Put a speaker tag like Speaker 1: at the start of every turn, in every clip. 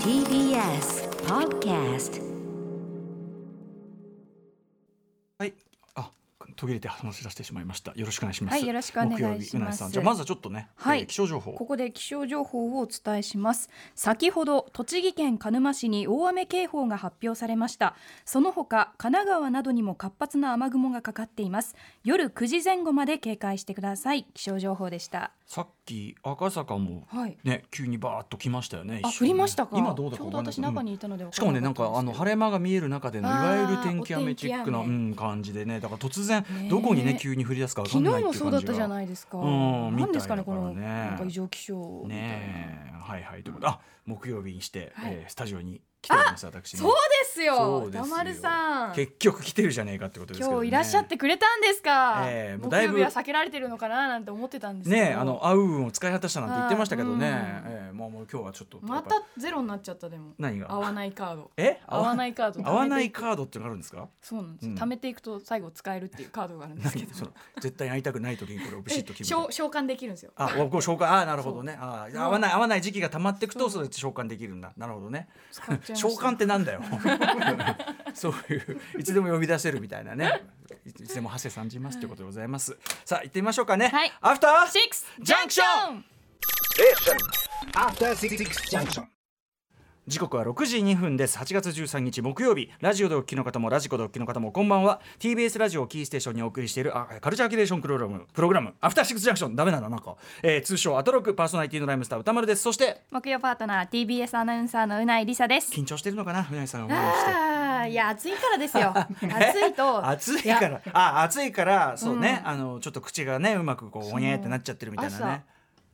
Speaker 1: TBS Podcast
Speaker 2: はい。あ、途切れて話し出してしまいました。よろしくお願いします。
Speaker 3: はいよろしくお願いしま
Speaker 2: 木
Speaker 3: す
Speaker 2: 曜日うなえさん、じゃあまずはちょっとね、
Speaker 3: はい
Speaker 2: えー気象情報。
Speaker 3: ここで気象情報をお伝えします先ほど栃木県鹿沼市に大雨警報が発表されましたその他神奈川などにも活発な雨雲がかかっています夜9時前後まで警戒してください気象情報でした
Speaker 2: さっき赤坂も
Speaker 3: はい
Speaker 2: ね、急にバーッと来ましたよね。
Speaker 3: あ
Speaker 2: 一瞬
Speaker 3: 降
Speaker 2: ね
Speaker 3: りましたか
Speaker 2: 今どうだ
Speaker 3: ち
Speaker 2: か
Speaker 3: ょ
Speaker 2: わ
Speaker 3: う
Speaker 2: か
Speaker 3: ど
Speaker 2: んない
Speaker 3: 私中にいたので分
Speaker 2: しかもねなん
Speaker 3: った
Speaker 2: かあの
Speaker 3: です
Speaker 2: 晴れ間が見える中でのい
Speaker 3: あー
Speaker 2: わゆる天気雨チックな、
Speaker 3: お
Speaker 2: う
Speaker 3: 天
Speaker 2: ん、感じでねだから突然
Speaker 3: ねえ
Speaker 2: どこにね急に降り出すかわか
Speaker 3: 昨
Speaker 2: んない
Speaker 3: 日
Speaker 2: ってい
Speaker 3: も
Speaker 2: う感じが
Speaker 3: そうだったじゃないですか
Speaker 2: うん
Speaker 3: 何ですかね
Speaker 2: みた
Speaker 3: こ
Speaker 2: いだから
Speaker 3: の
Speaker 2: ね
Speaker 3: なんか異常気象みたいな
Speaker 2: ねえはいはいということであ木曜日にして、
Speaker 3: はい
Speaker 2: えースタジオに来ております私ね
Speaker 3: そうです
Speaker 2: そ
Speaker 3: よ
Speaker 2: うですよ
Speaker 3: 田丸さん
Speaker 2: 結局来てるじゃねえかってことですけど、ね、
Speaker 3: 今日いらっしゃってくれたんですか、
Speaker 2: ええもうだ
Speaker 3: 木
Speaker 2: い
Speaker 3: 曜
Speaker 2: ぶ
Speaker 3: 日は避けられてるのかななんて思ってたんですけど
Speaker 2: ねえあの「あうん」を使い果たしたなんて言ってましたけどね、
Speaker 3: あー
Speaker 2: ええもうもう今日はちょっと
Speaker 3: またゼロになっちゃったでも
Speaker 2: 何が
Speaker 3: 合わないカード
Speaker 2: え
Speaker 3: 合わないいカード
Speaker 2: 合わない
Speaker 3: 貯めて
Speaker 2: カードってのがあるんですか
Speaker 3: そうなんです、
Speaker 2: うん
Speaker 3: 貯めていくと最後使えるっていうカードがあるんですけ ど
Speaker 2: その絶対会いたくない時にこれをビシッと
Speaker 3: え
Speaker 2: 決め
Speaker 3: 召
Speaker 2: て
Speaker 3: 召喚できるんですよ
Speaker 2: あおこう召喚あなるほどねあ合わない合わない時期がたまっていくとそ
Speaker 3: そ
Speaker 2: れで召喚できるんだなるほどね
Speaker 3: 使っちゃいました
Speaker 2: 召喚ってなんだよ そういういつでも呼び出せるみたいなねいついつでも長谷さんじますということでございますさあ行ってみましょうかね、
Speaker 3: はい
Speaker 2: アフター
Speaker 3: シックス
Speaker 2: ジャンクション
Speaker 3: ン
Speaker 4: After Six Junction.
Speaker 2: 時刻は6時2分です8月13日木曜日ラジオでお聞きの方もラジコでお聞きの方もこんばんは TBS ラジオをキーステーションにお送りしているあカルチャーキュレーションプログラムプログラムアフターシックスジャンクションダメなのなんか、えー通称アトロックパーソナリティのライムスター歌丸ですそして
Speaker 3: 木曜パートナー TBS アナウンサーのうないりさです
Speaker 2: 緊張してるのかな船井さんが思い出して
Speaker 3: あーいや暑いからで すよ暑いと
Speaker 2: 暑い
Speaker 3: や
Speaker 2: からあ暑いからそうね、あのちょっと口がねうまくこうおにゃーってなっちゃってるみたいなね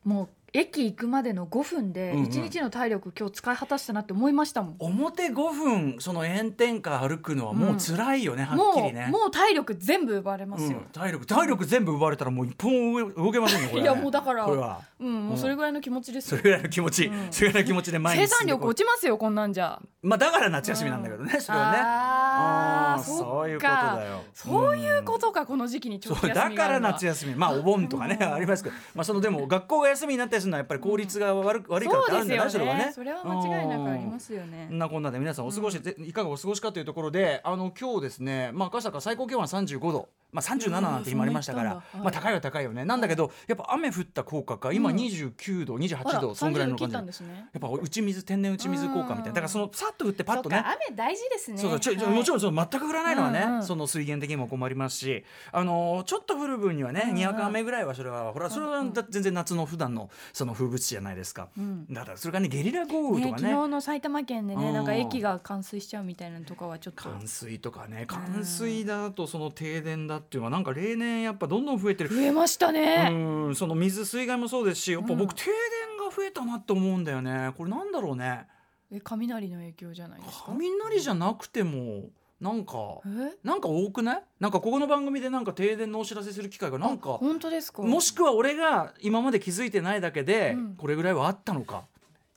Speaker 3: もう駅行くまでの5分で
Speaker 2: うんうん
Speaker 3: 一日の体力、今日使い果たしたなって思いましたもん
Speaker 2: 表5分その炎天下歩くのはもう辛いよね、はっき
Speaker 3: も
Speaker 2: り
Speaker 3: う、
Speaker 2: ね
Speaker 3: もう体力全部奪われます
Speaker 2: うん
Speaker 3: よ、
Speaker 2: 体力体力全部奪われたらもう一本も動けませんよこれ、ね、
Speaker 3: いやもうだから
Speaker 2: これは
Speaker 3: うん、もうそれぐらいの気持ちです
Speaker 2: それ
Speaker 3: よ
Speaker 2: ぐらいの気持ち、それぐらいの気持ちで毎日
Speaker 3: 生産力落
Speaker 2: ち
Speaker 3: ちますよこんなんじゃ
Speaker 2: まあだから夏休みなんだけどね、それはね
Speaker 3: あー
Speaker 2: ーそういう
Speaker 3: そ
Speaker 2: こ
Speaker 3: っ
Speaker 2: と
Speaker 3: か
Speaker 2: だよ
Speaker 3: そういうことかこの時期に長期
Speaker 2: そう
Speaker 3: 休みがあ
Speaker 2: だ
Speaker 3: る
Speaker 2: から夏
Speaker 3: 休
Speaker 2: 休 みまあお盆とかねありますけど、まあ、そのでも学校が休みになったりするのはやっぱり効率が悪,、悪いからってあるんだよね
Speaker 3: そうですよねそれは間違いなくあり
Speaker 2: す
Speaker 3: ますよね
Speaker 2: そんなこんなで皆さんお過ごし、でいかがお過ごしかというところであの今日ですね、まあ、赤坂最高気温は35度、まあ、37なんて今ありましたから、
Speaker 3: うんそんな行ったんだ
Speaker 2: まあ、高いは高いよねなんだけどやっぱ雨降った効果か今29度、
Speaker 3: あ
Speaker 2: 28
Speaker 3: ら
Speaker 2: 度そんぐらいの
Speaker 3: 30切
Speaker 2: 感じ
Speaker 3: った
Speaker 2: や
Speaker 3: ん
Speaker 2: っ
Speaker 3: ですね
Speaker 2: ぱ打ち水天然打ち水効果みたいなだからそのさっと降ってパッと
Speaker 3: そ
Speaker 2: ね
Speaker 3: っか雨大事ですね
Speaker 2: そうそうちょちょ
Speaker 3: はい
Speaker 2: もちろんその全く降らないのはね、
Speaker 3: うんうん
Speaker 2: その水源的にも困りますし、あのーちょっと降る分にはね、
Speaker 3: うんうん
Speaker 2: にわか雨ぐらいはそれはほらそれはだ全然夏の普段のその風物詩じゃないですか、
Speaker 3: うん
Speaker 2: だからそれがねゲリラ豪雨と
Speaker 3: ね
Speaker 2: か
Speaker 3: 昨
Speaker 2: ね
Speaker 3: 日の埼玉県で
Speaker 2: う
Speaker 3: ね
Speaker 2: ん
Speaker 3: なんか駅が冠水しちゃうみたいなのとかはちょっと
Speaker 2: 冠水とかね冠水だとその停電だっていうのはなんか例年やっぱどんどん増えてる
Speaker 3: 増えましたね
Speaker 2: うんその水水害もそうですしやっぱ
Speaker 3: うん
Speaker 2: 僕停電が増えたなって思うんだよねこれなんだろうね
Speaker 3: え雷の影響じゃないですか
Speaker 2: 雷じゃなくてもなんか
Speaker 3: え
Speaker 2: なんか多くないなんかここの番組でなんか停電のお知らせする機会がなんか
Speaker 3: 本当ですか
Speaker 2: もしくは俺が今まで気づいてないだけで
Speaker 3: うん
Speaker 2: これぐらいはあったのか。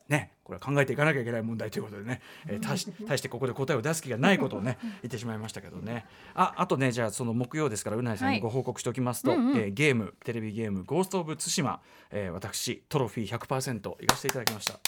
Speaker 2: ね、これは考えていかなきゃいけない問題ということでね、えー、大し大してここで答えを出す気がないことをね言ってしまいましたけどねああとねじゃあその木曜ですからうなえさん
Speaker 3: は
Speaker 2: に
Speaker 3: い
Speaker 2: ご報告しておきますと、
Speaker 3: うんうん
Speaker 2: えーゲームテレビゲーム「ゴースト・オブ・ツシマ」えー私トロフィー100%行かせていただきました、ね、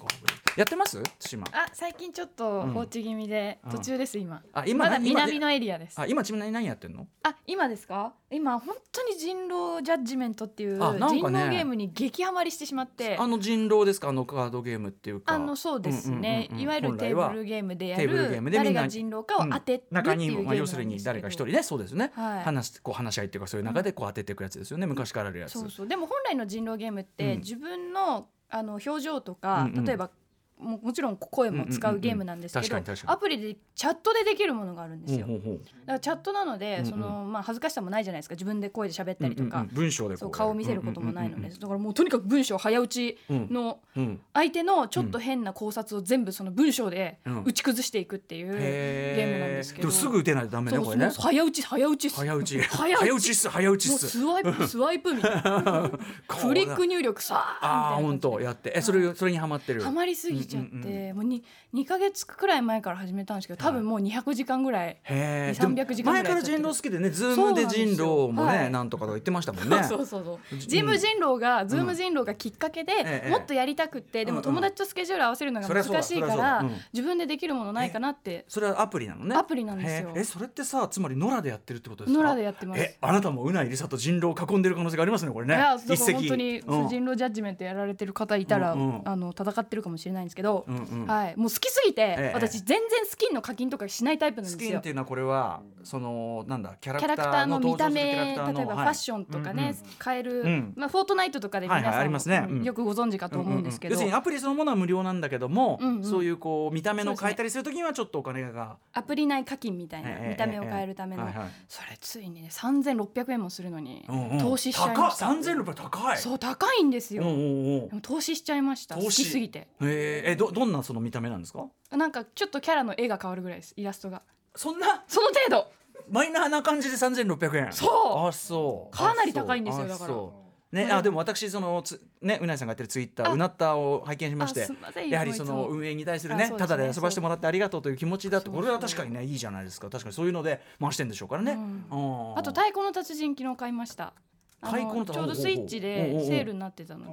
Speaker 2: ご報告やってますツシマ
Speaker 3: あ最近ちょっと
Speaker 2: うん
Speaker 3: 放置気味で、
Speaker 2: うん
Speaker 3: 途中です今
Speaker 2: あ今
Speaker 3: まだ
Speaker 2: 何今
Speaker 3: 南のエリアです
Speaker 2: あ今ちなみに何やってんの
Speaker 3: あ今ですか今本当に人狼ジャッジメントっていう、
Speaker 2: あなんかね
Speaker 3: 人狼ゲームに激ハマりしてしまって
Speaker 2: あの人狼ですかあのカードゲームっていうか
Speaker 3: あのそうですね、
Speaker 2: うんうんうんうん
Speaker 3: いわゆる
Speaker 2: 本
Speaker 3: テ
Speaker 2: 来
Speaker 3: ー
Speaker 2: は
Speaker 3: ブルゲームでや
Speaker 2: テーブルゲームでみ
Speaker 3: る
Speaker 2: んな
Speaker 3: 誰
Speaker 2: に
Speaker 3: が人狼かを当てるっていうゲ
Speaker 2: 中に
Speaker 3: ーム
Speaker 2: ま
Speaker 3: な
Speaker 2: あ
Speaker 3: んですけど、
Speaker 2: 要するに誰か一人ねそうですね、
Speaker 3: はい
Speaker 2: 話すこう話し合いっていうかそういう中でこう当ててくやつですよね、昔からあるやつ
Speaker 3: そうそうでも本来の人狼ゲームって、
Speaker 2: うん
Speaker 3: 自分のあの表情とか、
Speaker 2: うんうん
Speaker 3: 例えばももちろん声も使うゲームなんですけど、
Speaker 2: うんうんうん確かに確かに
Speaker 3: アプリでチャットでできるものがあるんですよ、
Speaker 2: ほうほうほう
Speaker 3: だからチャットなので、
Speaker 2: うんうん
Speaker 3: そのまあ、恥ずかしさもないじゃないですか自分で声で喋ったりとか、
Speaker 2: うんうんうん文章でこ
Speaker 3: そう顔を見せることもないので、だからもうとにかく文章早打ち
Speaker 2: うん
Speaker 3: の
Speaker 2: うんうんうんうん
Speaker 3: 相手のちょっと変な考察を全部その文章で
Speaker 2: うん
Speaker 3: 打ち崩していくっていうゲ
Speaker 2: へ
Speaker 3: ームなんですけど、
Speaker 2: もすぐ打てないとダメね
Speaker 3: そう
Speaker 2: こ
Speaker 3: そ
Speaker 2: れ
Speaker 3: う
Speaker 2: ね
Speaker 3: 早打ち早打ちっす
Speaker 2: 早打ち
Speaker 3: 早打ち
Speaker 2: 早打ちっす早打ち
Speaker 3: も
Speaker 2: っ
Speaker 3: う
Speaker 2: す
Speaker 3: スワイ プスワイプみたいな
Speaker 2: こう
Speaker 3: フリック入力さあ
Speaker 2: ああ
Speaker 3: みたいな
Speaker 2: 本当やってえそれそれにハマってる
Speaker 3: ハマりすぎぎちゃって、
Speaker 2: うんうん
Speaker 3: もうに2ヶ月くらい前から始めたんですけど多分もう200時間ぐらい、
Speaker 2: へえ。
Speaker 3: 200 300時間ぐ
Speaker 2: 前
Speaker 3: らい
Speaker 2: から人狼好きでね、ズームで人狼もね、なんとかとか言ってましたもんね。
Speaker 3: そうそうそう
Speaker 2: じ
Speaker 3: ジム人狼がズーム人狼がきっかけで、
Speaker 2: ええ
Speaker 3: もっとやりたくって、で
Speaker 2: うんう
Speaker 3: も
Speaker 2: ん
Speaker 3: 友達とスケジュール合わせるのが
Speaker 2: そりゃそうだ
Speaker 3: 難しいか
Speaker 2: そりゃ
Speaker 3: ら
Speaker 2: そうだうん
Speaker 3: 自分でできるものないかなって
Speaker 2: それはアプリなのね。
Speaker 3: アプリなんですよ
Speaker 2: へええ、それってさ、つまり野良でやってるってことですか。
Speaker 3: 野良でやってます。
Speaker 2: え、あなたもうないりさと人狼を囲んでる可能性がありますね、これ
Speaker 3: い
Speaker 2: ね
Speaker 3: や。だ
Speaker 2: 一
Speaker 3: から
Speaker 2: 石。
Speaker 3: 本当に
Speaker 2: うん
Speaker 3: 人狼ジャッジメントやられてる方いたら、
Speaker 2: うんうん
Speaker 3: あの戦ってるかもしれないんですけど、
Speaker 2: うんうん
Speaker 3: はい、もう好きすぎて、
Speaker 2: ええ
Speaker 3: 私全然スキンの課金とかしないタイプなん
Speaker 2: ス
Speaker 3: です
Speaker 2: キンっ
Speaker 3: よ
Speaker 2: て。いうのはこれはそのなんだキャラ
Speaker 3: キャ
Speaker 2: ク
Speaker 3: ラ
Speaker 2: タ
Speaker 3: クター
Speaker 2: ーの
Speaker 3: の見た目例えばファッ
Speaker 2: ョン
Speaker 3: ションとか
Speaker 2: うんう
Speaker 3: ね
Speaker 2: ん
Speaker 3: 変える
Speaker 2: うん
Speaker 3: まあフォートナイトとかで皆
Speaker 2: はいはいあ
Speaker 3: さ
Speaker 2: り
Speaker 3: ん
Speaker 2: ますねうん
Speaker 3: よくご存知かと思うんですけど
Speaker 2: 要するにアプリそのものは無料なんだけども、
Speaker 3: うんうん
Speaker 2: そういうこう見た目の変えたりするときにはちょっとお金が、
Speaker 3: アプリ内課金みたいな
Speaker 2: ええ
Speaker 3: 見た目を変えるための
Speaker 2: はいはい
Speaker 3: それついにね3600円もするのに
Speaker 2: うんうん
Speaker 3: 投資しちゃいました
Speaker 2: 高っ3600高い
Speaker 3: そう高いんです
Speaker 2: うんう
Speaker 3: よ
Speaker 2: んうん
Speaker 3: でも投資しちゃいました好
Speaker 2: 投資
Speaker 3: きすぎて
Speaker 2: えー、えどどんなその見た目なんですか
Speaker 3: なんかちょっとキャラの絵が変わるぐらいですイラストが
Speaker 2: そんな
Speaker 3: その程度
Speaker 2: マイナーな感じで3600円
Speaker 3: そう
Speaker 2: あそう
Speaker 3: かなり高いんですよ
Speaker 2: あ
Speaker 3: だから
Speaker 2: そうね、
Speaker 3: うん
Speaker 2: あでも私そのつねうなえさんがやってるツイッター
Speaker 3: あ
Speaker 2: うなったを拝見しま
Speaker 3: あ
Speaker 2: し
Speaker 3: す
Speaker 2: て
Speaker 3: みません
Speaker 2: やはりその
Speaker 3: いつも
Speaker 2: 運営に対する
Speaker 3: あ
Speaker 2: ね
Speaker 3: そうです
Speaker 2: た
Speaker 3: ね
Speaker 2: だで遊ばしてもらってありがとうという気持ちだと
Speaker 3: そう
Speaker 2: これは確かにねいいじゃないですか確かにそういうので回してんでしょうからね、
Speaker 3: う
Speaker 2: うんん
Speaker 3: あと「太鼓の達人」昨日買いましたあ
Speaker 2: 太鼓の
Speaker 3: の
Speaker 2: 達
Speaker 3: ち
Speaker 2: 人
Speaker 3: ょうどスイッチ
Speaker 2: ほうほうほう
Speaker 3: でセールになってたので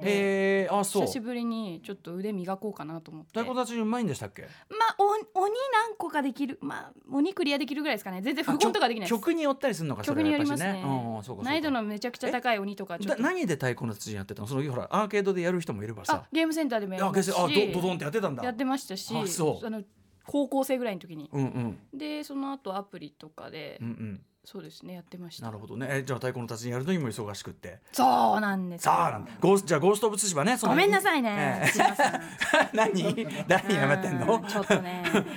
Speaker 2: えー、あそう
Speaker 3: 久し
Speaker 2: 太
Speaker 3: ぶりにちょっと腕磨こうかなと思って
Speaker 2: 鼓たちうまいんでしたっけ
Speaker 3: まあお鬼何個かできるまあ鬼クリアできるぐらいですかね全然
Speaker 2: あ
Speaker 3: 不
Speaker 2: ちょ
Speaker 3: 本とかできないです
Speaker 2: 曲によったりするのかそ
Speaker 3: 曲
Speaker 2: れはや
Speaker 3: によ
Speaker 2: っぱ
Speaker 3: り
Speaker 2: し
Speaker 3: ますね
Speaker 2: うんうんそうかそうか
Speaker 3: 難易度のめちゃくちゃ高い鬼とかちょっ
Speaker 2: だ
Speaker 3: と
Speaker 2: 何で太鼓の達人やってたのそのほらアーケードでやる人もいれば
Speaker 3: あ
Speaker 2: さ
Speaker 3: ゲームセンターでもやり
Speaker 2: あ
Speaker 3: ま
Speaker 2: 決
Speaker 3: し
Speaker 2: して
Speaker 3: た
Speaker 2: あどドドン
Speaker 3: し
Speaker 2: ってやってたんだ
Speaker 3: やってましたし
Speaker 2: あそう
Speaker 3: あの高校生ぐらいの時に
Speaker 2: うんうん
Speaker 3: でその後アプリとかで
Speaker 2: うんうん
Speaker 3: そうですねやってました
Speaker 2: なるほどねえじゃあ太鼓の達人やるのにも忙しくって
Speaker 3: そうなんですよ
Speaker 2: さあなんだゴースじゃあゴースト・オブ・ツシバねその
Speaker 3: ごめんなさい
Speaker 2: え
Speaker 3: ね
Speaker 2: え
Speaker 3: 千葉 さん
Speaker 2: 何何やめてん
Speaker 3: う
Speaker 2: の
Speaker 3: ちょっとね
Speaker 2: ごめん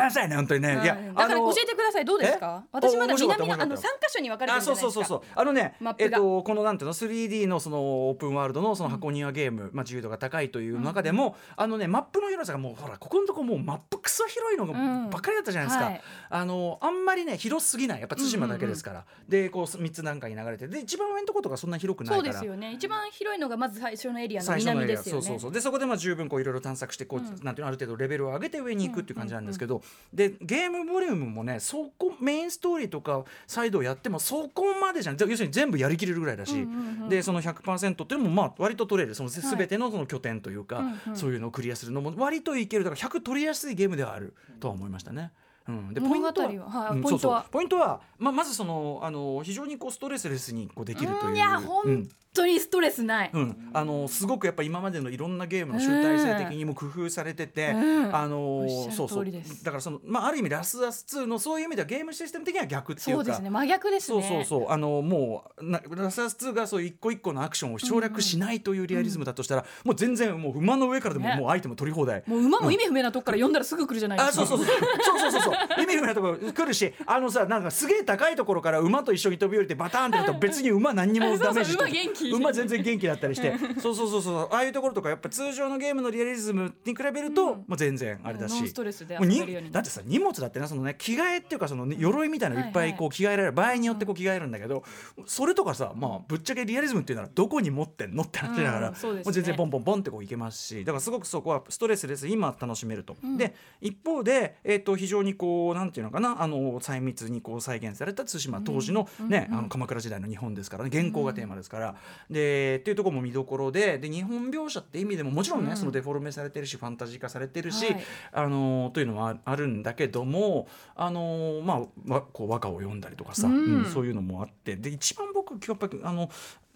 Speaker 2: なさいね本当にね、
Speaker 3: うん
Speaker 2: いや
Speaker 3: だから教
Speaker 2: て
Speaker 3: えてくださいどうですか
Speaker 2: え
Speaker 3: 私まだ
Speaker 2: お面白かった
Speaker 3: 南のあ
Speaker 2: 面白か
Speaker 3: の
Speaker 2: っ
Speaker 3: 3
Speaker 2: た
Speaker 3: 箇所に分かれて
Speaker 2: あ
Speaker 3: るじゃ
Speaker 2: そう
Speaker 3: ない
Speaker 2: そ
Speaker 3: で
Speaker 2: う
Speaker 3: す
Speaker 2: そうそ
Speaker 3: か
Speaker 2: うあのね
Speaker 3: マップ
Speaker 2: えっ
Speaker 3: が
Speaker 2: とこのなんていうの 3D のそのオープンワールドのその箱庭ゲーム、まあ自由度が高いという中でも、あのねマップの広さがもうほらここのとこもうマップクソ広いのが
Speaker 3: うん
Speaker 2: ばっかりだったじゃないですか、
Speaker 3: はい
Speaker 2: あのあんまりね広すぎないやっぱ対馬だけですから、でこう3つなんかに流れてで一番上のとことかそんな広くな
Speaker 3: そ
Speaker 2: いうか
Speaker 3: で
Speaker 2: ら
Speaker 3: すよね一番広いのがまず最初のエリアの
Speaker 2: 最初の
Speaker 3: 南
Speaker 2: エリ
Speaker 3: で
Speaker 2: ア
Speaker 3: す
Speaker 2: そ
Speaker 3: よ
Speaker 2: うそう
Speaker 3: ね
Speaker 2: そうでそこでまあ十分こういろいろ探索してこう、
Speaker 3: うん
Speaker 2: なんていうのある程度レベルを上げて上に行くっていう感じなんですけど、でゲームボリュームもねそこメインストーリーとかサイドをやってもそこまでじゃん要するに全部やりきれるぐらいだし、
Speaker 3: うんうんうん
Speaker 2: でその100%っていうのもまあ割と取れるその
Speaker 3: はい
Speaker 2: 全てのその拠点というか、
Speaker 3: うんうん
Speaker 2: そういうのをクリアするのも割といけるだから100取りやすいゲームではあるとは思いましたね。うん、で
Speaker 3: 物語ははい
Speaker 2: うん
Speaker 3: ポイント
Speaker 2: そ
Speaker 3: は
Speaker 2: うそうポイントは、まあ、まずそのあの非常にこうストレスレスにこうできるという。
Speaker 3: いや
Speaker 2: う
Speaker 3: 本
Speaker 2: ん
Speaker 3: 当にストレスない、
Speaker 2: うん、あのすごくやっぱ今までのいろんなゲームの集大成的にも工夫されてて、
Speaker 3: うん
Speaker 2: あの
Speaker 3: おっしゃる
Speaker 2: そうそ
Speaker 3: 通
Speaker 2: う
Speaker 3: りです
Speaker 2: だからその、まあ、ある意味ラスアス2のそういう意味ではゲームシステム的には逆ってい
Speaker 3: そう
Speaker 2: か
Speaker 3: うですね真逆です
Speaker 2: そう
Speaker 3: ね
Speaker 2: そうそうあのもうなラスアス2がそういう一個一個のアクションを省略しないというリアリズムだとしたら、もう全然もう馬の上からでも
Speaker 3: ね
Speaker 2: もうアイテム取り放題。
Speaker 3: もう馬も意味不明なとこから呼んだらすぐ来るじゃないです
Speaker 2: あ
Speaker 3: か。
Speaker 2: そうそうそうそうそうそう そう意味不明なところ来るしあのさなんかすげえ高いところから馬と一緒に飛び降りてバターンってなったら別に馬何にもダメージして
Speaker 3: そうそう馬元気
Speaker 2: 馬全然元気だったりしてそうそうそうそうああいうところとかやっぱ通常のゲームのリアリズムに比べると、もう全然あれだし
Speaker 3: ノンストレスで
Speaker 2: もうに
Speaker 3: 遊べるように
Speaker 2: だってさ荷物だってなそのね着替えっていうかそのね鎧みたいなのいっぱいこう着替えられる場合によってこう着替えるんだけどそれとかさまあぶっちゃけリアリズムっていうならどこに持ってんのって話だから、
Speaker 3: うんそうですね
Speaker 2: もう全然ポンポンポンってこういけますしだからすごくそこはストレスレス今楽しめると。で一方で、えっと非常にこうなんていうのかなあの細密にこう再現された対馬当時の,、ねあの鎌倉時代の日本ですからね原稿がテーマですから、でっていうところも見どころでで日本描写って意味でももちろんね、そのデフォルメされてるしファンタジー化されてるし、
Speaker 3: はい
Speaker 2: あのというのはあるんだけどもあの、まあ、わこう和歌を読んだりとかさ、
Speaker 3: うん
Speaker 2: うんそういうのもあってで一番僕やっぱりあの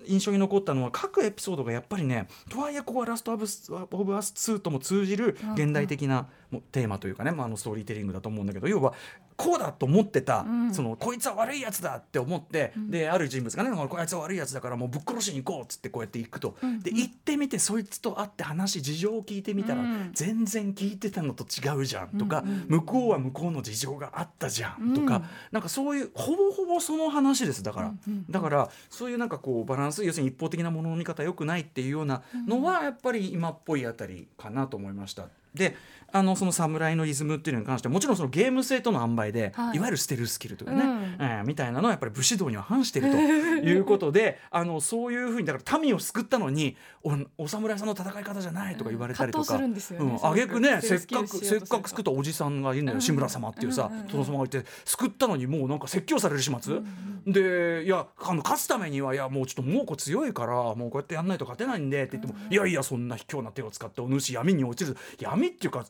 Speaker 2: 印象に残ったのは各エピソードがやっぱりねとはいえここは「ラスト・オブ・スオブアス2」とも通じる現代的なもうテーマというかね、まあ、あのストーリーテリングだと思うんだけど要はこうだと思ってた、
Speaker 3: ん
Speaker 2: そのこいつは悪いやつだって思って、である人物がねこいつは悪いやつだからもうぶっ殺しに行こうっつってこうやって行くと、で行ってみてそいつと会って話事情を聞いてみたら、
Speaker 3: うん
Speaker 2: 全然聞いてたのと違うじゃんとか、向こうは向こうの事情があったじゃんとか、
Speaker 3: うん
Speaker 2: なんかそういうほぼほぼその話ですだから、だからそういうなんかこうバランス要するに一方的なものの見方良くないっていうようなのはやっぱり今っぽいあたりかなと思いました。であのその侍のイズムっていうのに関してはもちろんそのゲーム性との塩梅で、
Speaker 5: はい
Speaker 2: い、わゆるステルスキルというかね、
Speaker 5: うん
Speaker 2: えーみたいなのはやっぱり武士道には反して いるということであのそういうふうにだから民を救ったのにおお侍さんの戦い方じゃないとか言われたりとか、
Speaker 3: うん葛藤するんですよね
Speaker 2: うんあげくね
Speaker 3: そ
Speaker 2: せ
Speaker 3: う
Speaker 2: っかくせっかく救ったおじさんがいるのよ志村様っていうさ殿様がいて救ったのにもうなんか説教される始末、でいやあの勝つためにはいやもうちょっと猛虎強いからもうこうやってやんないと勝てないんでって言っても、いやいやそんな卑怯な手を使ってお主闇に落ちる闇っていうか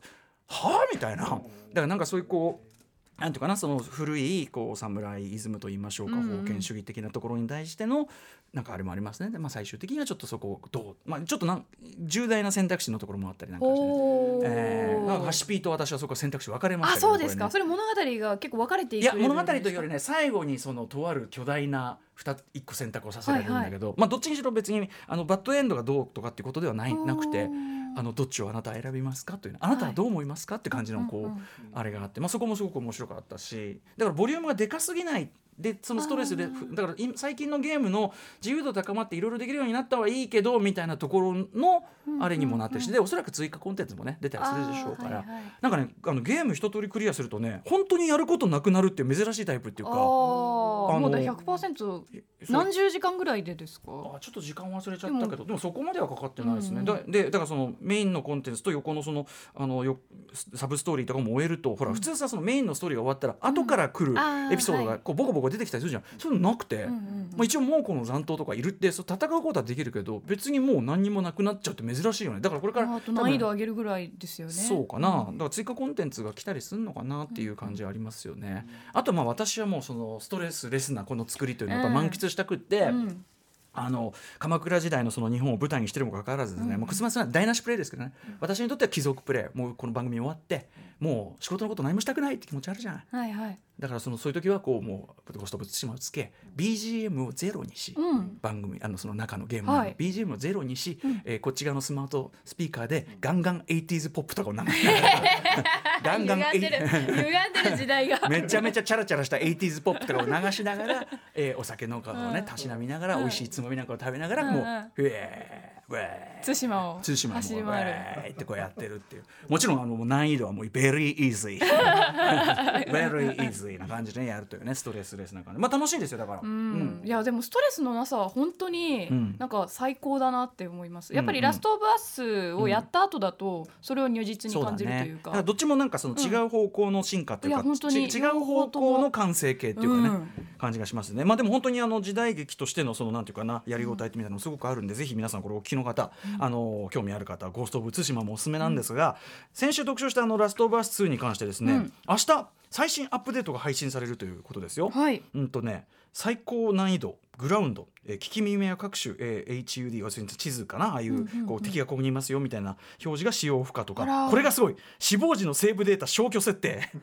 Speaker 2: はあみたいなだからなんかそういうこうなんていうかなその古いこう侍イズムと言いましょうか
Speaker 3: うんうん
Speaker 2: 封建主義的なところに対してのなんかあれもありますねで、まあ、最終的にはちょっとそこをどう、まあ、ちょっとなん重大な選択肢のところもあったりなんかしてね、
Speaker 3: おー
Speaker 2: えー、なんかハシピーと私はそこは選択肢分かれまし
Speaker 3: あ
Speaker 2: たけど
Speaker 3: そうですか、
Speaker 2: こ
Speaker 3: そ
Speaker 2: れね
Speaker 3: れ物語が結構分かれてい
Speaker 2: い
Speaker 3: る
Speaker 2: や物語というより
Speaker 3: ね
Speaker 2: ね最後にそのとある巨大な2つ1個選択をさせられるんだけど、まあ、どっちにしろ別にあのバッドエンドがどうとかっていうことではないなくてあのどっちをあなたは選びますかというあなたはどう思いますかって感じのこう、あれがあって、まあ、そこもすごく面白かったしだからボリュームがでかすぎないでそのストレスでふだから今最近のゲームの自由度高まっていろいろできるようになったはいいけどみたいなところのあれにもなってるし、でおそらく追加コンテンツもね出たりするでしょうから、
Speaker 3: あーはいはい
Speaker 2: なんかねあのゲーム一通りクリアするとね本当にやることなくなるっていう珍しいタイプっていう
Speaker 3: あ
Speaker 2: か。
Speaker 3: ー
Speaker 2: あの
Speaker 3: もうだ100%
Speaker 2: そう
Speaker 3: 何十時間ぐらいでですか
Speaker 2: あちょっと時間忘れちゃったけどでもそこまではかかってないですね、
Speaker 3: うん
Speaker 2: だでだからそのメインのコンテンツと横のそのあのよサブストーリーとかも終えるとほら普通さそのメインのストーリーが終わったら後から来る
Speaker 3: あー
Speaker 2: エピソード
Speaker 3: は
Speaker 2: が
Speaker 3: い
Speaker 2: こうボコボコ出てきたりするじゃん、そういうのなくて、
Speaker 3: うんうん
Speaker 2: まあ、一応猛虎の残党とかいるってそう戦うことはできるけど別にもう何にもなくなっちゃうって珍しいよねだからこれから
Speaker 3: あと難易度
Speaker 2: 多分
Speaker 3: 上げるぐらいですよね
Speaker 2: そうかな、だから追加コンテンツが来たりするのかなっていう感じありますよね、あとまあ私はもうそのストレスレスなこの作りというのをやっぱ満喫したくって、
Speaker 3: うん
Speaker 2: あの鎌倉時代のその日本を舞台にしてるにもかかわらずですね、もうクリスマスは台無しプレイですけどね、私にとっては貴族プレイもうこの番組終わってもう仕事のこと何もしたくないって気持ちあるじゃない
Speaker 3: はいはい
Speaker 2: だからそのそういう時はこうもうゴストブツシマをつけ BGM をゼロにし、
Speaker 3: うん
Speaker 2: 番組あのその中のゲームの、
Speaker 3: はい
Speaker 2: BGM をゼロにし、えーこっち側のスマートスピーカーでガンガン 80s ポップとかを流して ガンガン
Speaker 3: 歪んでる歪んでる時代が
Speaker 2: めちゃめちゃチャラチャラした 80s ポップとかを流しながら、 えーお酒の顔をねたしなみながら、美味しいつまみなんかを食べながら、もう
Speaker 3: うんうん
Speaker 2: 「ウェーウェー」
Speaker 3: 対馬を
Speaker 2: 対馬も
Speaker 3: 走り回る
Speaker 2: ウェーってこうやってるっていうもちろんあのもう難易度はもう very easy very easy な感じでねやるというねストレスレスな感じまあ楽しいんですよだから、
Speaker 3: うん、いやでもストレスのなさは本当
Speaker 2: うん
Speaker 3: になんか最高だなって思います、やっぱ
Speaker 2: う
Speaker 3: り「
Speaker 2: んうん
Speaker 3: ラスト・オブ・アス」をやった後だとそれを如実に感じるという
Speaker 2: だ
Speaker 3: か,、
Speaker 2: からどっちもなんかその違う方向の進化っていうか、
Speaker 3: いや本当に
Speaker 2: ち違う方向の完成形っていうかね、
Speaker 3: うん
Speaker 2: 感じがしますねまあでも本当にあの時代劇としてのそのなんていうかなやりごたえってみたいなのもすごくあるんで、ぜひ皆さんこれお聞きの方、あの興味ある方はゴースト・オブ・ツシマもおすすめなんですが、先週特集したあのラスト・オブ・アス2に関してですね、
Speaker 3: うん
Speaker 2: 明日最新アップデートが配信されるということですよ。
Speaker 3: はい
Speaker 2: うんとね、最高難易度グラウンド、えー、聞き耳や各種、えー HUD 要するに地図かなああいう,、こう敵がここにいますよみたいな表示が使用不可と
Speaker 3: あら
Speaker 2: かこれがすごい死亡時のセーブデータ消去設定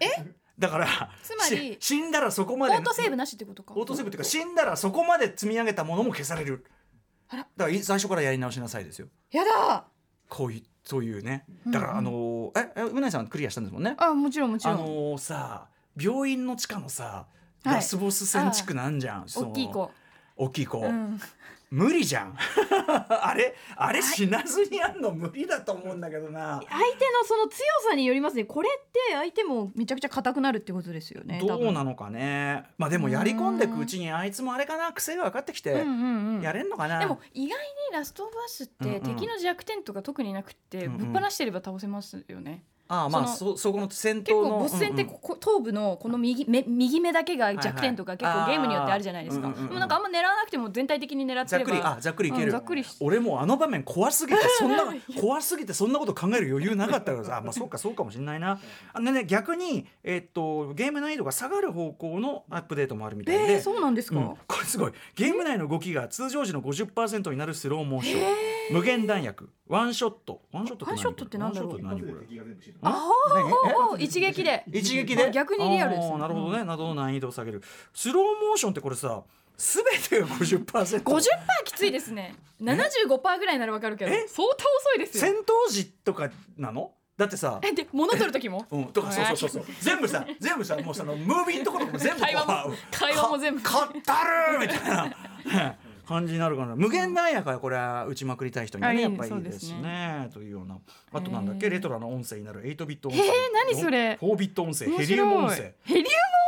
Speaker 2: だから
Speaker 3: つまり
Speaker 2: し死んだらそこま
Speaker 3: オ
Speaker 2: で
Speaker 3: ートセーブなしってことか
Speaker 2: オートセーブっていうか死んだらそこまで積み上げたものも消されるだからい最初からやり直しなさいですよ
Speaker 3: やだ
Speaker 2: こういうそういうねだから、あのーええうなぎさんクリアしたんですもんね
Speaker 3: あもちろんもちろ
Speaker 2: あ
Speaker 3: ん、
Speaker 2: のーさ病院の地下のさ
Speaker 3: はい
Speaker 2: ラスボス戦地区なんじゃん、その
Speaker 3: 大きい子、
Speaker 2: 大きい子、
Speaker 3: うん、
Speaker 2: 無理じゃん あれあれ死なずにやんの無理だと思うんだけどな
Speaker 3: 相手のその強さによりますねこれって相手もめちゃくちゃ硬くなるってことですよね
Speaker 2: どう
Speaker 3: の
Speaker 2: なのかねまあでもやり込んでいくうちにあいつもあれかな癖が分かってきて
Speaker 3: うんうんうん
Speaker 2: やれんのかな、
Speaker 3: でも意外にラストオブアスっ
Speaker 2: うんう
Speaker 3: て
Speaker 2: ん
Speaker 3: 敵の弱点とか特になくって、
Speaker 2: うんうん
Speaker 3: ぶっ放してれば倒せますよね。
Speaker 2: ああまあ
Speaker 3: そ
Speaker 2: そそこの戦
Speaker 3: 結
Speaker 2: 闘
Speaker 3: 構
Speaker 2: の
Speaker 3: ボス戦って
Speaker 2: うんうん
Speaker 3: ここ頭部のこの右目右目だけが弱点とか
Speaker 2: はい
Speaker 3: 結
Speaker 2: はい
Speaker 3: 構ゲームによってあるじゃないです
Speaker 2: あ
Speaker 3: か。
Speaker 2: ーうんうんうん
Speaker 3: でもなんかあんま狙わなくても全体的に狙って
Speaker 2: ざっ
Speaker 3: れ
Speaker 2: くりあ
Speaker 3: ば。
Speaker 2: ざっくりいけ
Speaker 3: う
Speaker 2: る、
Speaker 3: んざっくりし
Speaker 2: 俺もうあの場面怖すぎてそん な怖すぎてそんなこと考える余裕なかったからさあまあそうかそうかもしれないなあのね逆にえっとゲーム難易度が下がる方向のアップデートもあるみたいで、
Speaker 3: えー、そうなんですか。
Speaker 2: うんこれすごいゲーム内の動きが通常時の50%になるスローモーション、無限弾薬ワンショットワンショットって何
Speaker 3: ワンショットってな
Speaker 2: ワ
Speaker 3: んだろう
Speaker 2: ンショットって何これ
Speaker 3: あほうほうほう一撃で。
Speaker 2: 一撃
Speaker 3: あ
Speaker 2: で
Speaker 3: 逆にリアルですね
Speaker 2: あーなるほどねなどの難易度を下げるスローモーションってこれさ全てが50%
Speaker 3: 50%きついですね。75%ぐらいならわかるけど、
Speaker 2: え
Speaker 3: 相当遅いです
Speaker 2: 戦
Speaker 3: よ。
Speaker 2: 闘時とかなのだってさ
Speaker 3: えで物取る時も。
Speaker 2: うん、とかそうそうそうそう全部さ全部さもうそのムービーのところも全部こう
Speaker 3: 会話も会話も全部
Speaker 2: か語るみたいな感じになるかな無限なんやからこれは打ちまくりたい人にはね
Speaker 3: あいい
Speaker 2: やっぱりい
Speaker 3: そ
Speaker 2: いうで
Speaker 3: です
Speaker 2: す
Speaker 3: ね
Speaker 2: ねというようなあとなんだっけ
Speaker 3: へー
Speaker 2: レトロな音声になる8ビット音声
Speaker 3: へー何それ
Speaker 2: 4ビット音声ヘ
Speaker 3: 面白い
Speaker 2: リウム音声
Speaker 3: ヘリウム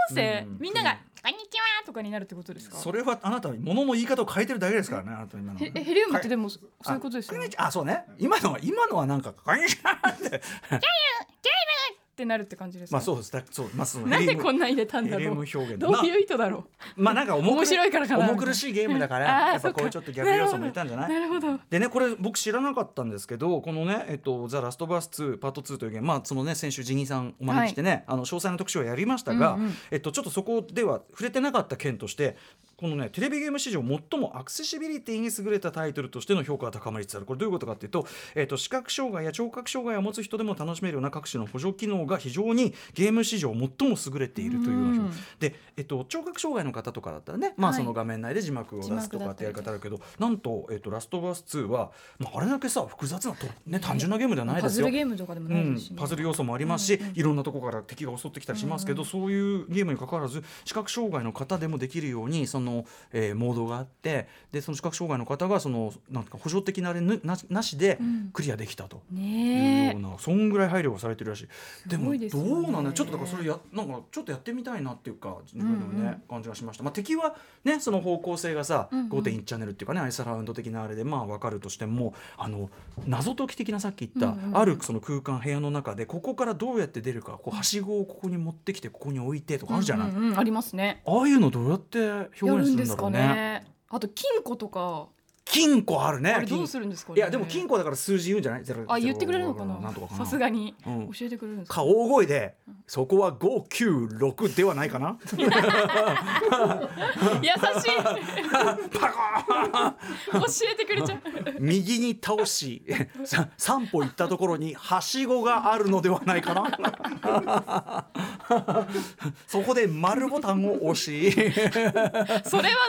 Speaker 3: 音声、
Speaker 2: うん
Speaker 3: みんなが、
Speaker 2: うん
Speaker 3: こんにちはとかになるってことですか
Speaker 2: それはあなたものの言い方を変えてるだけですからねあなた今の
Speaker 3: へえヘリウムってでもそ
Speaker 2: あ
Speaker 3: そういうことですよねっ
Speaker 2: あそうね今のは今のはなん かこんにちはって
Speaker 3: てなるって感じですか、
Speaker 2: まあそうですだそうまあその
Speaker 3: なん
Speaker 2: ヘリ
Speaker 3: で
Speaker 2: ウム
Speaker 3: こんな入れたんだ
Speaker 2: ヘリ
Speaker 3: ろ
Speaker 2: ウム
Speaker 3: う
Speaker 2: 表現
Speaker 3: どういう意図だろ
Speaker 2: まあなんか重苦
Speaker 3: 面白いからかな
Speaker 2: 重苦しいゲームだから
Speaker 3: あー
Speaker 2: やっぱこういうちょっとギャグ要素もいたんじゃ
Speaker 3: う
Speaker 2: ない
Speaker 3: なるほど
Speaker 2: でねこれ僕知らなかったんですけどこのね「えっと、ザ・ラストバース2パート2」というゲーム、まあ、そのね先週ジギーさんお招きしてね、あの詳細な特集をやりましたが、
Speaker 3: うんうん
Speaker 2: えっと、ちょっとそこでは触れてなかった件としてこのねテレビゲーム史上最もアクセシビリティに優れたタイトルとしての評価が高まりつつあるこれどういうことかっていうと、えっと、視覚障害や聴覚障害を持つ人でも楽しめるような各種の補助機能が非常にゲーム史上最も優れているというような評
Speaker 3: うん
Speaker 2: で、えっと、聴覚障害の方とかだったらね、まあ、
Speaker 3: はい
Speaker 2: その画面内で字幕を出すとかってやり方あるけど、なんと、えっと、ラストバース2は、まあ、あれだけさ複雑なと、ね、単純なゲームではない
Speaker 3: パ
Speaker 2: です
Speaker 3: ズ
Speaker 2: よ
Speaker 3: ル。ゲームとかでも
Speaker 2: う
Speaker 3: ないで
Speaker 2: ん
Speaker 3: すし、ね、
Speaker 2: パズル要素もありますし、いろんなとこから敵が襲ってきたりしますけど、そういうゲームにかかわらず視覚障害の方でもできるようにその、えーモードがあってでその視覚障害の方がそのなんか補助的なあれぬななしでクリアできたと。いう
Speaker 3: ね
Speaker 2: よ
Speaker 3: え
Speaker 2: うなそんぐらい配慮がされてるらしいでも
Speaker 3: ごいです
Speaker 2: ど
Speaker 3: よね
Speaker 2: うなんだちょっとだからそれやなんかちょっとやってみたいなっていうか自分でもね、
Speaker 3: うんうん
Speaker 2: 感じがしました、まあ、敵はねその方向性がさ、
Speaker 3: うんうん
Speaker 2: 5.1チャンネルっていうかねアイスラウンド的なあれでまあ分かるとしてもあの謎解き的なさっき言った、
Speaker 3: うんうん
Speaker 2: あるその空間部屋の中でここからどうやって出るかこうはしごをここに持ってきてここに置いてとかあるじゃない、
Speaker 3: うんうんうんありますね
Speaker 2: ああいうのどうやって
Speaker 3: や
Speaker 2: 表
Speaker 3: る
Speaker 2: 現
Speaker 3: ん
Speaker 2: す
Speaker 3: で
Speaker 2: るんだ
Speaker 3: す
Speaker 2: ろう
Speaker 3: か
Speaker 2: ね
Speaker 3: ねあと金庫とか
Speaker 2: 金庫あるね
Speaker 3: あれど
Speaker 2: 金
Speaker 3: うするんですかね
Speaker 2: いやでも金庫だから数字言うんじゃないゼロ
Speaker 3: あ言ってくれるのか
Speaker 2: ゼロんとか
Speaker 3: な
Speaker 2: かな
Speaker 3: さすがに
Speaker 2: うん
Speaker 3: 教えてくれるんです
Speaker 2: か
Speaker 3: か
Speaker 2: 大声で、そこは596ではないかな
Speaker 3: 優しい 教えてくれちゃう
Speaker 2: 右に倒し さ3歩行ったところにはしごがあるのではないかな そこで丸ボタンを押し
Speaker 3: それは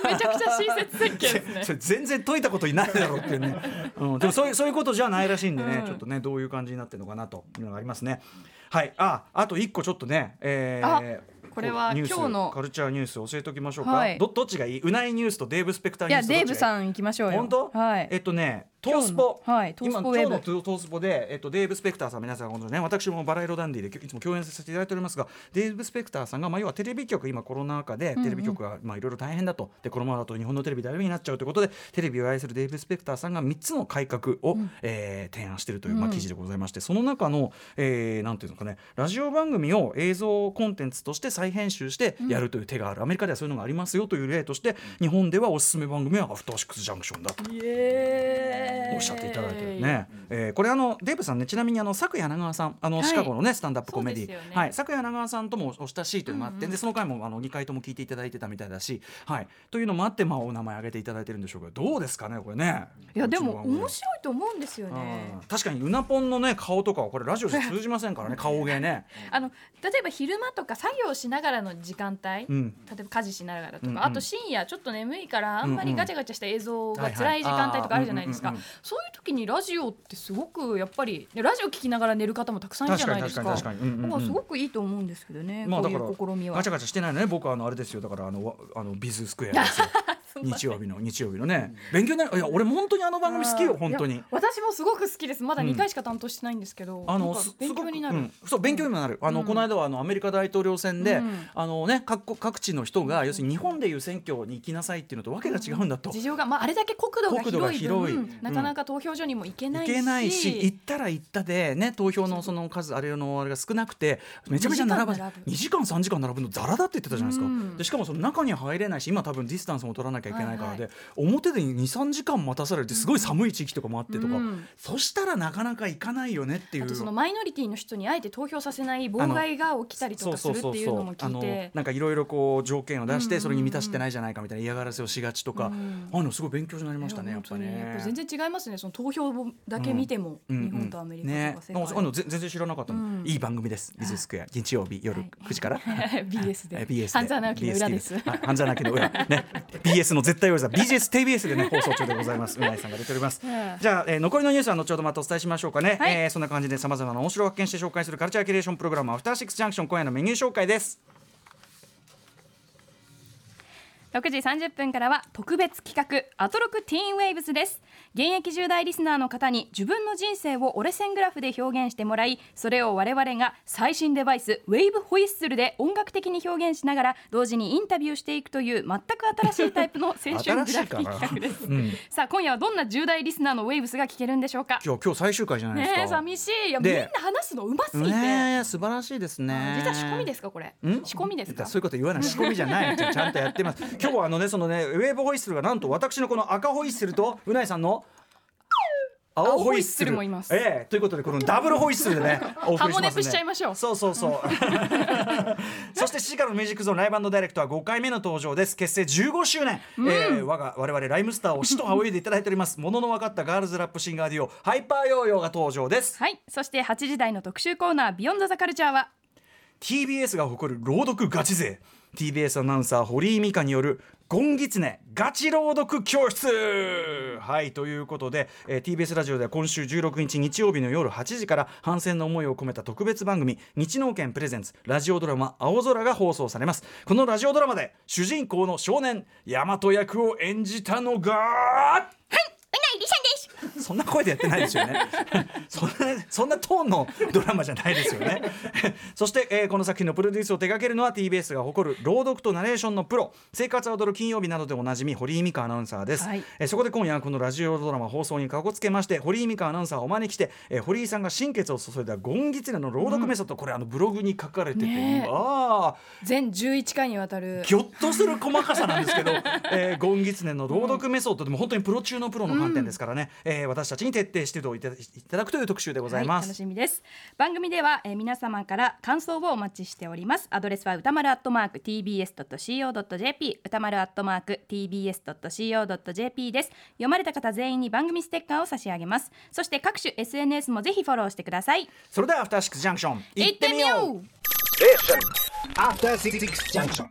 Speaker 3: めちゃくちゃ親切設計です ね
Speaker 2: それ全然解いたことにないだろうっていうね、 うん、でもそういうそういうことじゃないらしいんでね、
Speaker 3: うん
Speaker 2: ちょっとねどういう感じになってるのかなというのがありますね。はい、ああと1個ちょっとね、えー
Speaker 3: これは
Speaker 2: ニュース
Speaker 3: 今日の
Speaker 2: カルチャーニュース教えておきましょうか、
Speaker 6: はい
Speaker 2: どどっちがいいうないニュースとデーブ・スペクター
Speaker 6: い
Speaker 2: ニュー
Speaker 6: や
Speaker 2: スとど
Speaker 6: デー
Speaker 2: っちがい
Speaker 6: ブ
Speaker 2: い
Speaker 6: さん行きましょうよ
Speaker 2: 本当、
Speaker 6: はい
Speaker 2: えっとねト
Speaker 6: 今
Speaker 2: ー
Speaker 6: 日
Speaker 2: ス
Speaker 6: の
Speaker 2: ポ、
Speaker 6: はいトースポウ
Speaker 2: 今
Speaker 6: ェブ
Speaker 2: 今日のトースポで、えっと、デーブ・スペクターさん皆さんご存知ね私もバラ色ダンディでいつも共演させていただいておりますがデーブ・スペクターさんが、まあ、要はテレビ局今コロナ禍でテレビ局がまあいろいろ大変だと、でこのままだと日本のテレビだめになっちゃうということでテレビを愛するデーブ・スペクターさんが3つの改革を、えー提案しているという、まあ、記事でございまして、その中の、えーなんていうのかねラジオ番組を映像コンテンツとして再編集してやるという手がある、アメリカではそういうのがありますよという例として日本ではおすすめ番組は「アフターシックス・ジャンクション」だと。おっしゃっていただいてるね。えーこれあのデーブさんねちなみにあの昨夜柳川さんあの、
Speaker 3: はい
Speaker 2: シカゴのねスタンダップコメディ、
Speaker 3: そうですよね
Speaker 2: はい昨夜柳川さんともお親しいというのもあって、でその回もあの2回とも聞いていただいてたみたいだし、はいというのもあってまあお名前挙げていただいてるんでしょうけどどうですかねこれね。
Speaker 3: いやでも
Speaker 2: うちの番組
Speaker 3: 面白いと思うんですよね
Speaker 2: うん確かにうなぽんのね顔とかはこれラジオじゃ通じませんから ね顔芸ね。
Speaker 3: あの例えば昼間とか作業しながらの時間帯、
Speaker 2: うん
Speaker 3: 例えば家事しながらとか、
Speaker 2: うんうん
Speaker 3: あと深夜ちょっと眠いからあんま
Speaker 2: うんう
Speaker 3: り
Speaker 2: ん
Speaker 3: ガチャガチャした映像
Speaker 2: は
Speaker 3: が
Speaker 2: いはい
Speaker 3: 辛い時間帯とかあるじゃないですか、
Speaker 2: あーうんうんうん
Speaker 3: そういう時にラジオってすごくやっぱりねラジオ聞きながら寝る方もたくさんいるじ
Speaker 2: 確か
Speaker 3: ゃない
Speaker 2: に
Speaker 3: で
Speaker 2: 確
Speaker 3: す
Speaker 2: か
Speaker 3: か
Speaker 2: に確かに。うんうんうん
Speaker 3: だからすごくいいと思うんですけどね、
Speaker 2: まあ
Speaker 3: こ
Speaker 2: だ
Speaker 3: うい
Speaker 2: か
Speaker 3: う試み
Speaker 2: ら
Speaker 3: は
Speaker 2: ガチャガチャしてないのね僕はあのあれですよだからあのわあのビズスクエア ですよ日曜日の日曜日のね勉強になるいや俺も本当にあの番組好きよ本当
Speaker 3: い
Speaker 2: に
Speaker 3: や。私もすごく好きですまだ
Speaker 2: うん
Speaker 3: 2回しか担当してないんですけど、
Speaker 2: あの
Speaker 3: なんか
Speaker 2: す
Speaker 3: 勉
Speaker 2: すご
Speaker 3: 強
Speaker 2: く
Speaker 3: になる、
Speaker 2: うんそう勉強にもなる。あの、
Speaker 3: うん
Speaker 2: この間はあのアメリカ大統領選で、
Speaker 3: うん
Speaker 2: あのね各国各地の人が、要するに日本でいう選挙に行きなさいっていうのとわけが違うんだと。
Speaker 3: 事情が、まあ、あれだけ国土が
Speaker 2: 国土が
Speaker 3: 広い分
Speaker 2: 広いうん
Speaker 3: なかなか投票所にも行けな
Speaker 2: 行
Speaker 3: いし
Speaker 2: けないし行ったら行ったでね投票のその数あれのあれが少なくてめちゃめちゃ並ば
Speaker 3: 二時間
Speaker 2: 2
Speaker 3: 並ぶ
Speaker 2: 時間3時間並ぶのザラだって言ってたじゃないですか、
Speaker 3: うん
Speaker 2: でしかもその中に入れないし今多分ディスタンスも取らなきゃいけないからで、
Speaker 3: は
Speaker 2: 表で23時間待たされてすごい寒い地域とかもあってとか、
Speaker 3: うん
Speaker 2: そしたらなかなか行かないよねってい
Speaker 3: あ
Speaker 2: う
Speaker 3: とそのマイノリティの人にあえて投票させない妨害が起きたりとかするっていうのも聞いて
Speaker 2: なんかいろいろこう条件を出し
Speaker 3: うんうんう
Speaker 2: て
Speaker 3: ん
Speaker 2: それに満たしてないじゃないかみたいな嫌がらせをしがちとか、
Speaker 3: うん
Speaker 2: あのすごい勉強になりましたね
Speaker 3: い
Speaker 2: やっ
Speaker 3: 本
Speaker 2: ぱ
Speaker 3: 当にやっ
Speaker 2: ね
Speaker 3: ぱ。全然違いますねその投票だけ見ても、
Speaker 2: うんうん
Speaker 3: 日本とアメリカと
Speaker 2: ね
Speaker 3: か、世
Speaker 2: なん
Speaker 3: 界
Speaker 2: かそういうのぜ全然知らなかったの、
Speaker 3: うん
Speaker 2: いい番組です。ビズスクエア日曜日夜
Speaker 3: はい
Speaker 2: 9時から。
Speaker 3: BS
Speaker 2: え
Speaker 3: で
Speaker 2: BS で
Speaker 3: 半沢直樹の裏です。
Speaker 2: BS はい半沢直樹の 裏ね BS の絶対裏です BS TBS でね 放送中でございますうなえさんが出ており ます
Speaker 3: うん
Speaker 2: じゃあ、えー残りのニュースは後ほどまたお伝えしましょうかね、
Speaker 3: はい
Speaker 2: えーそんな感じでさまざまな面白を発見して紹介するカルチャーキュレーションプログラムアフターシックスジャンクション今夜のメニュー紹介です
Speaker 3: 6時30分からは特別企画アトロクティーンウェイブスです現役10代リスナーの方に自分の人生を折れ線グラフで表現してもらいそれを我々が最新デバイスウェイブホイッスルで音楽的に表現しながら同時にインタビューしていくという全く新しいタイプの青春グラ
Speaker 2: 新
Speaker 3: フ
Speaker 2: し
Speaker 3: ィ
Speaker 2: い
Speaker 3: ッ
Speaker 2: か
Speaker 3: ク
Speaker 2: な
Speaker 3: 企画です、
Speaker 2: うん
Speaker 3: さあ今夜はどんな10代リスナーのウェイブスが聞けるんでしょうか
Speaker 2: 今日今日最終回じゃないです
Speaker 3: ねえ
Speaker 2: か。
Speaker 3: 寂しいいやみん
Speaker 2: で
Speaker 3: な話すのうますぎて、
Speaker 2: ねえ素晴らしいですね。
Speaker 3: 実は仕込みですかこれ
Speaker 2: ん
Speaker 3: 仕込みですか
Speaker 2: そういうこと言わない仕込みじゃないちゃんちゃんとやって ます今日はあのねそのねウェーブホイッスルがなんと私のこの赤ホイッスルとうないさんの青ホイッスル
Speaker 3: 青ホイッスルもいます
Speaker 2: ええということでこのダブルホイッスルでねお送りしますね
Speaker 3: ハモネプしちゃいましょう
Speaker 2: そうそうそう そして7時からのミュージックゾーンライブダイレクトは5回目の登場です結成15周年、ええ我が我々ライムスターを師と仰いでいただいておりますものの分かったガールズラップシンガーデュオハイパーヨーヨーが登場です
Speaker 3: はいそして8時台の特集コーナービヨンドザカルチャーは
Speaker 2: TBS が誇る朗読ガチ勢 TBS アナウンサー堀井美香による「ゴンギツネガチ朗読教室」はいということで、えー TBS ラジオでは今週16日日曜日の夜8時から反戦の思いを込めた特別番組「日農研プレゼンツラジオドラマ青空」が放送されますこのラジオドラマで主人公の少年大和役を演じたのが そんな声でやってないですよね。 そんな、そんなトーンのドラマじゃないですよね。 そして、えーこの作品のプロデュースを手掛けるのは TBS が誇る朗読とナレーションのプロ、生活を踊る金曜日などでおなじみ、堀井美香アナウンサーです。
Speaker 3: はい
Speaker 2: えーそこで今夜はこのラジオドラマ放送にかこつけまして、堀井美香アナウンサーをお招きして、えー堀井さんが心血を注いだゴンギツネの朗読メソッド、これあのブログに書かれてて、
Speaker 3: ねえ
Speaker 2: ああ、
Speaker 3: 全11回にわたる
Speaker 2: ぎょっとする細かさなんですけど、えー、ゴンギツネの朗読メソッドでも本当にプロ中のプロの観点ですからね、えー私たちに徹底しておいていただくという特集でございま
Speaker 3: はい、
Speaker 2: す。
Speaker 3: 楽しみです番組では、えー皆様から感想をお待ちしておりますアドレスは歌丸アットマーク tbs.co.jp 歌丸アットマーク tbs.co.jp です読まれた方全員に番組ステッカーを差し上げますそして各種 SNS もぜひフォローしてください
Speaker 2: それではアフターシックスジャンクション
Speaker 3: 行ってみよう
Speaker 4: Station. After Six Junction.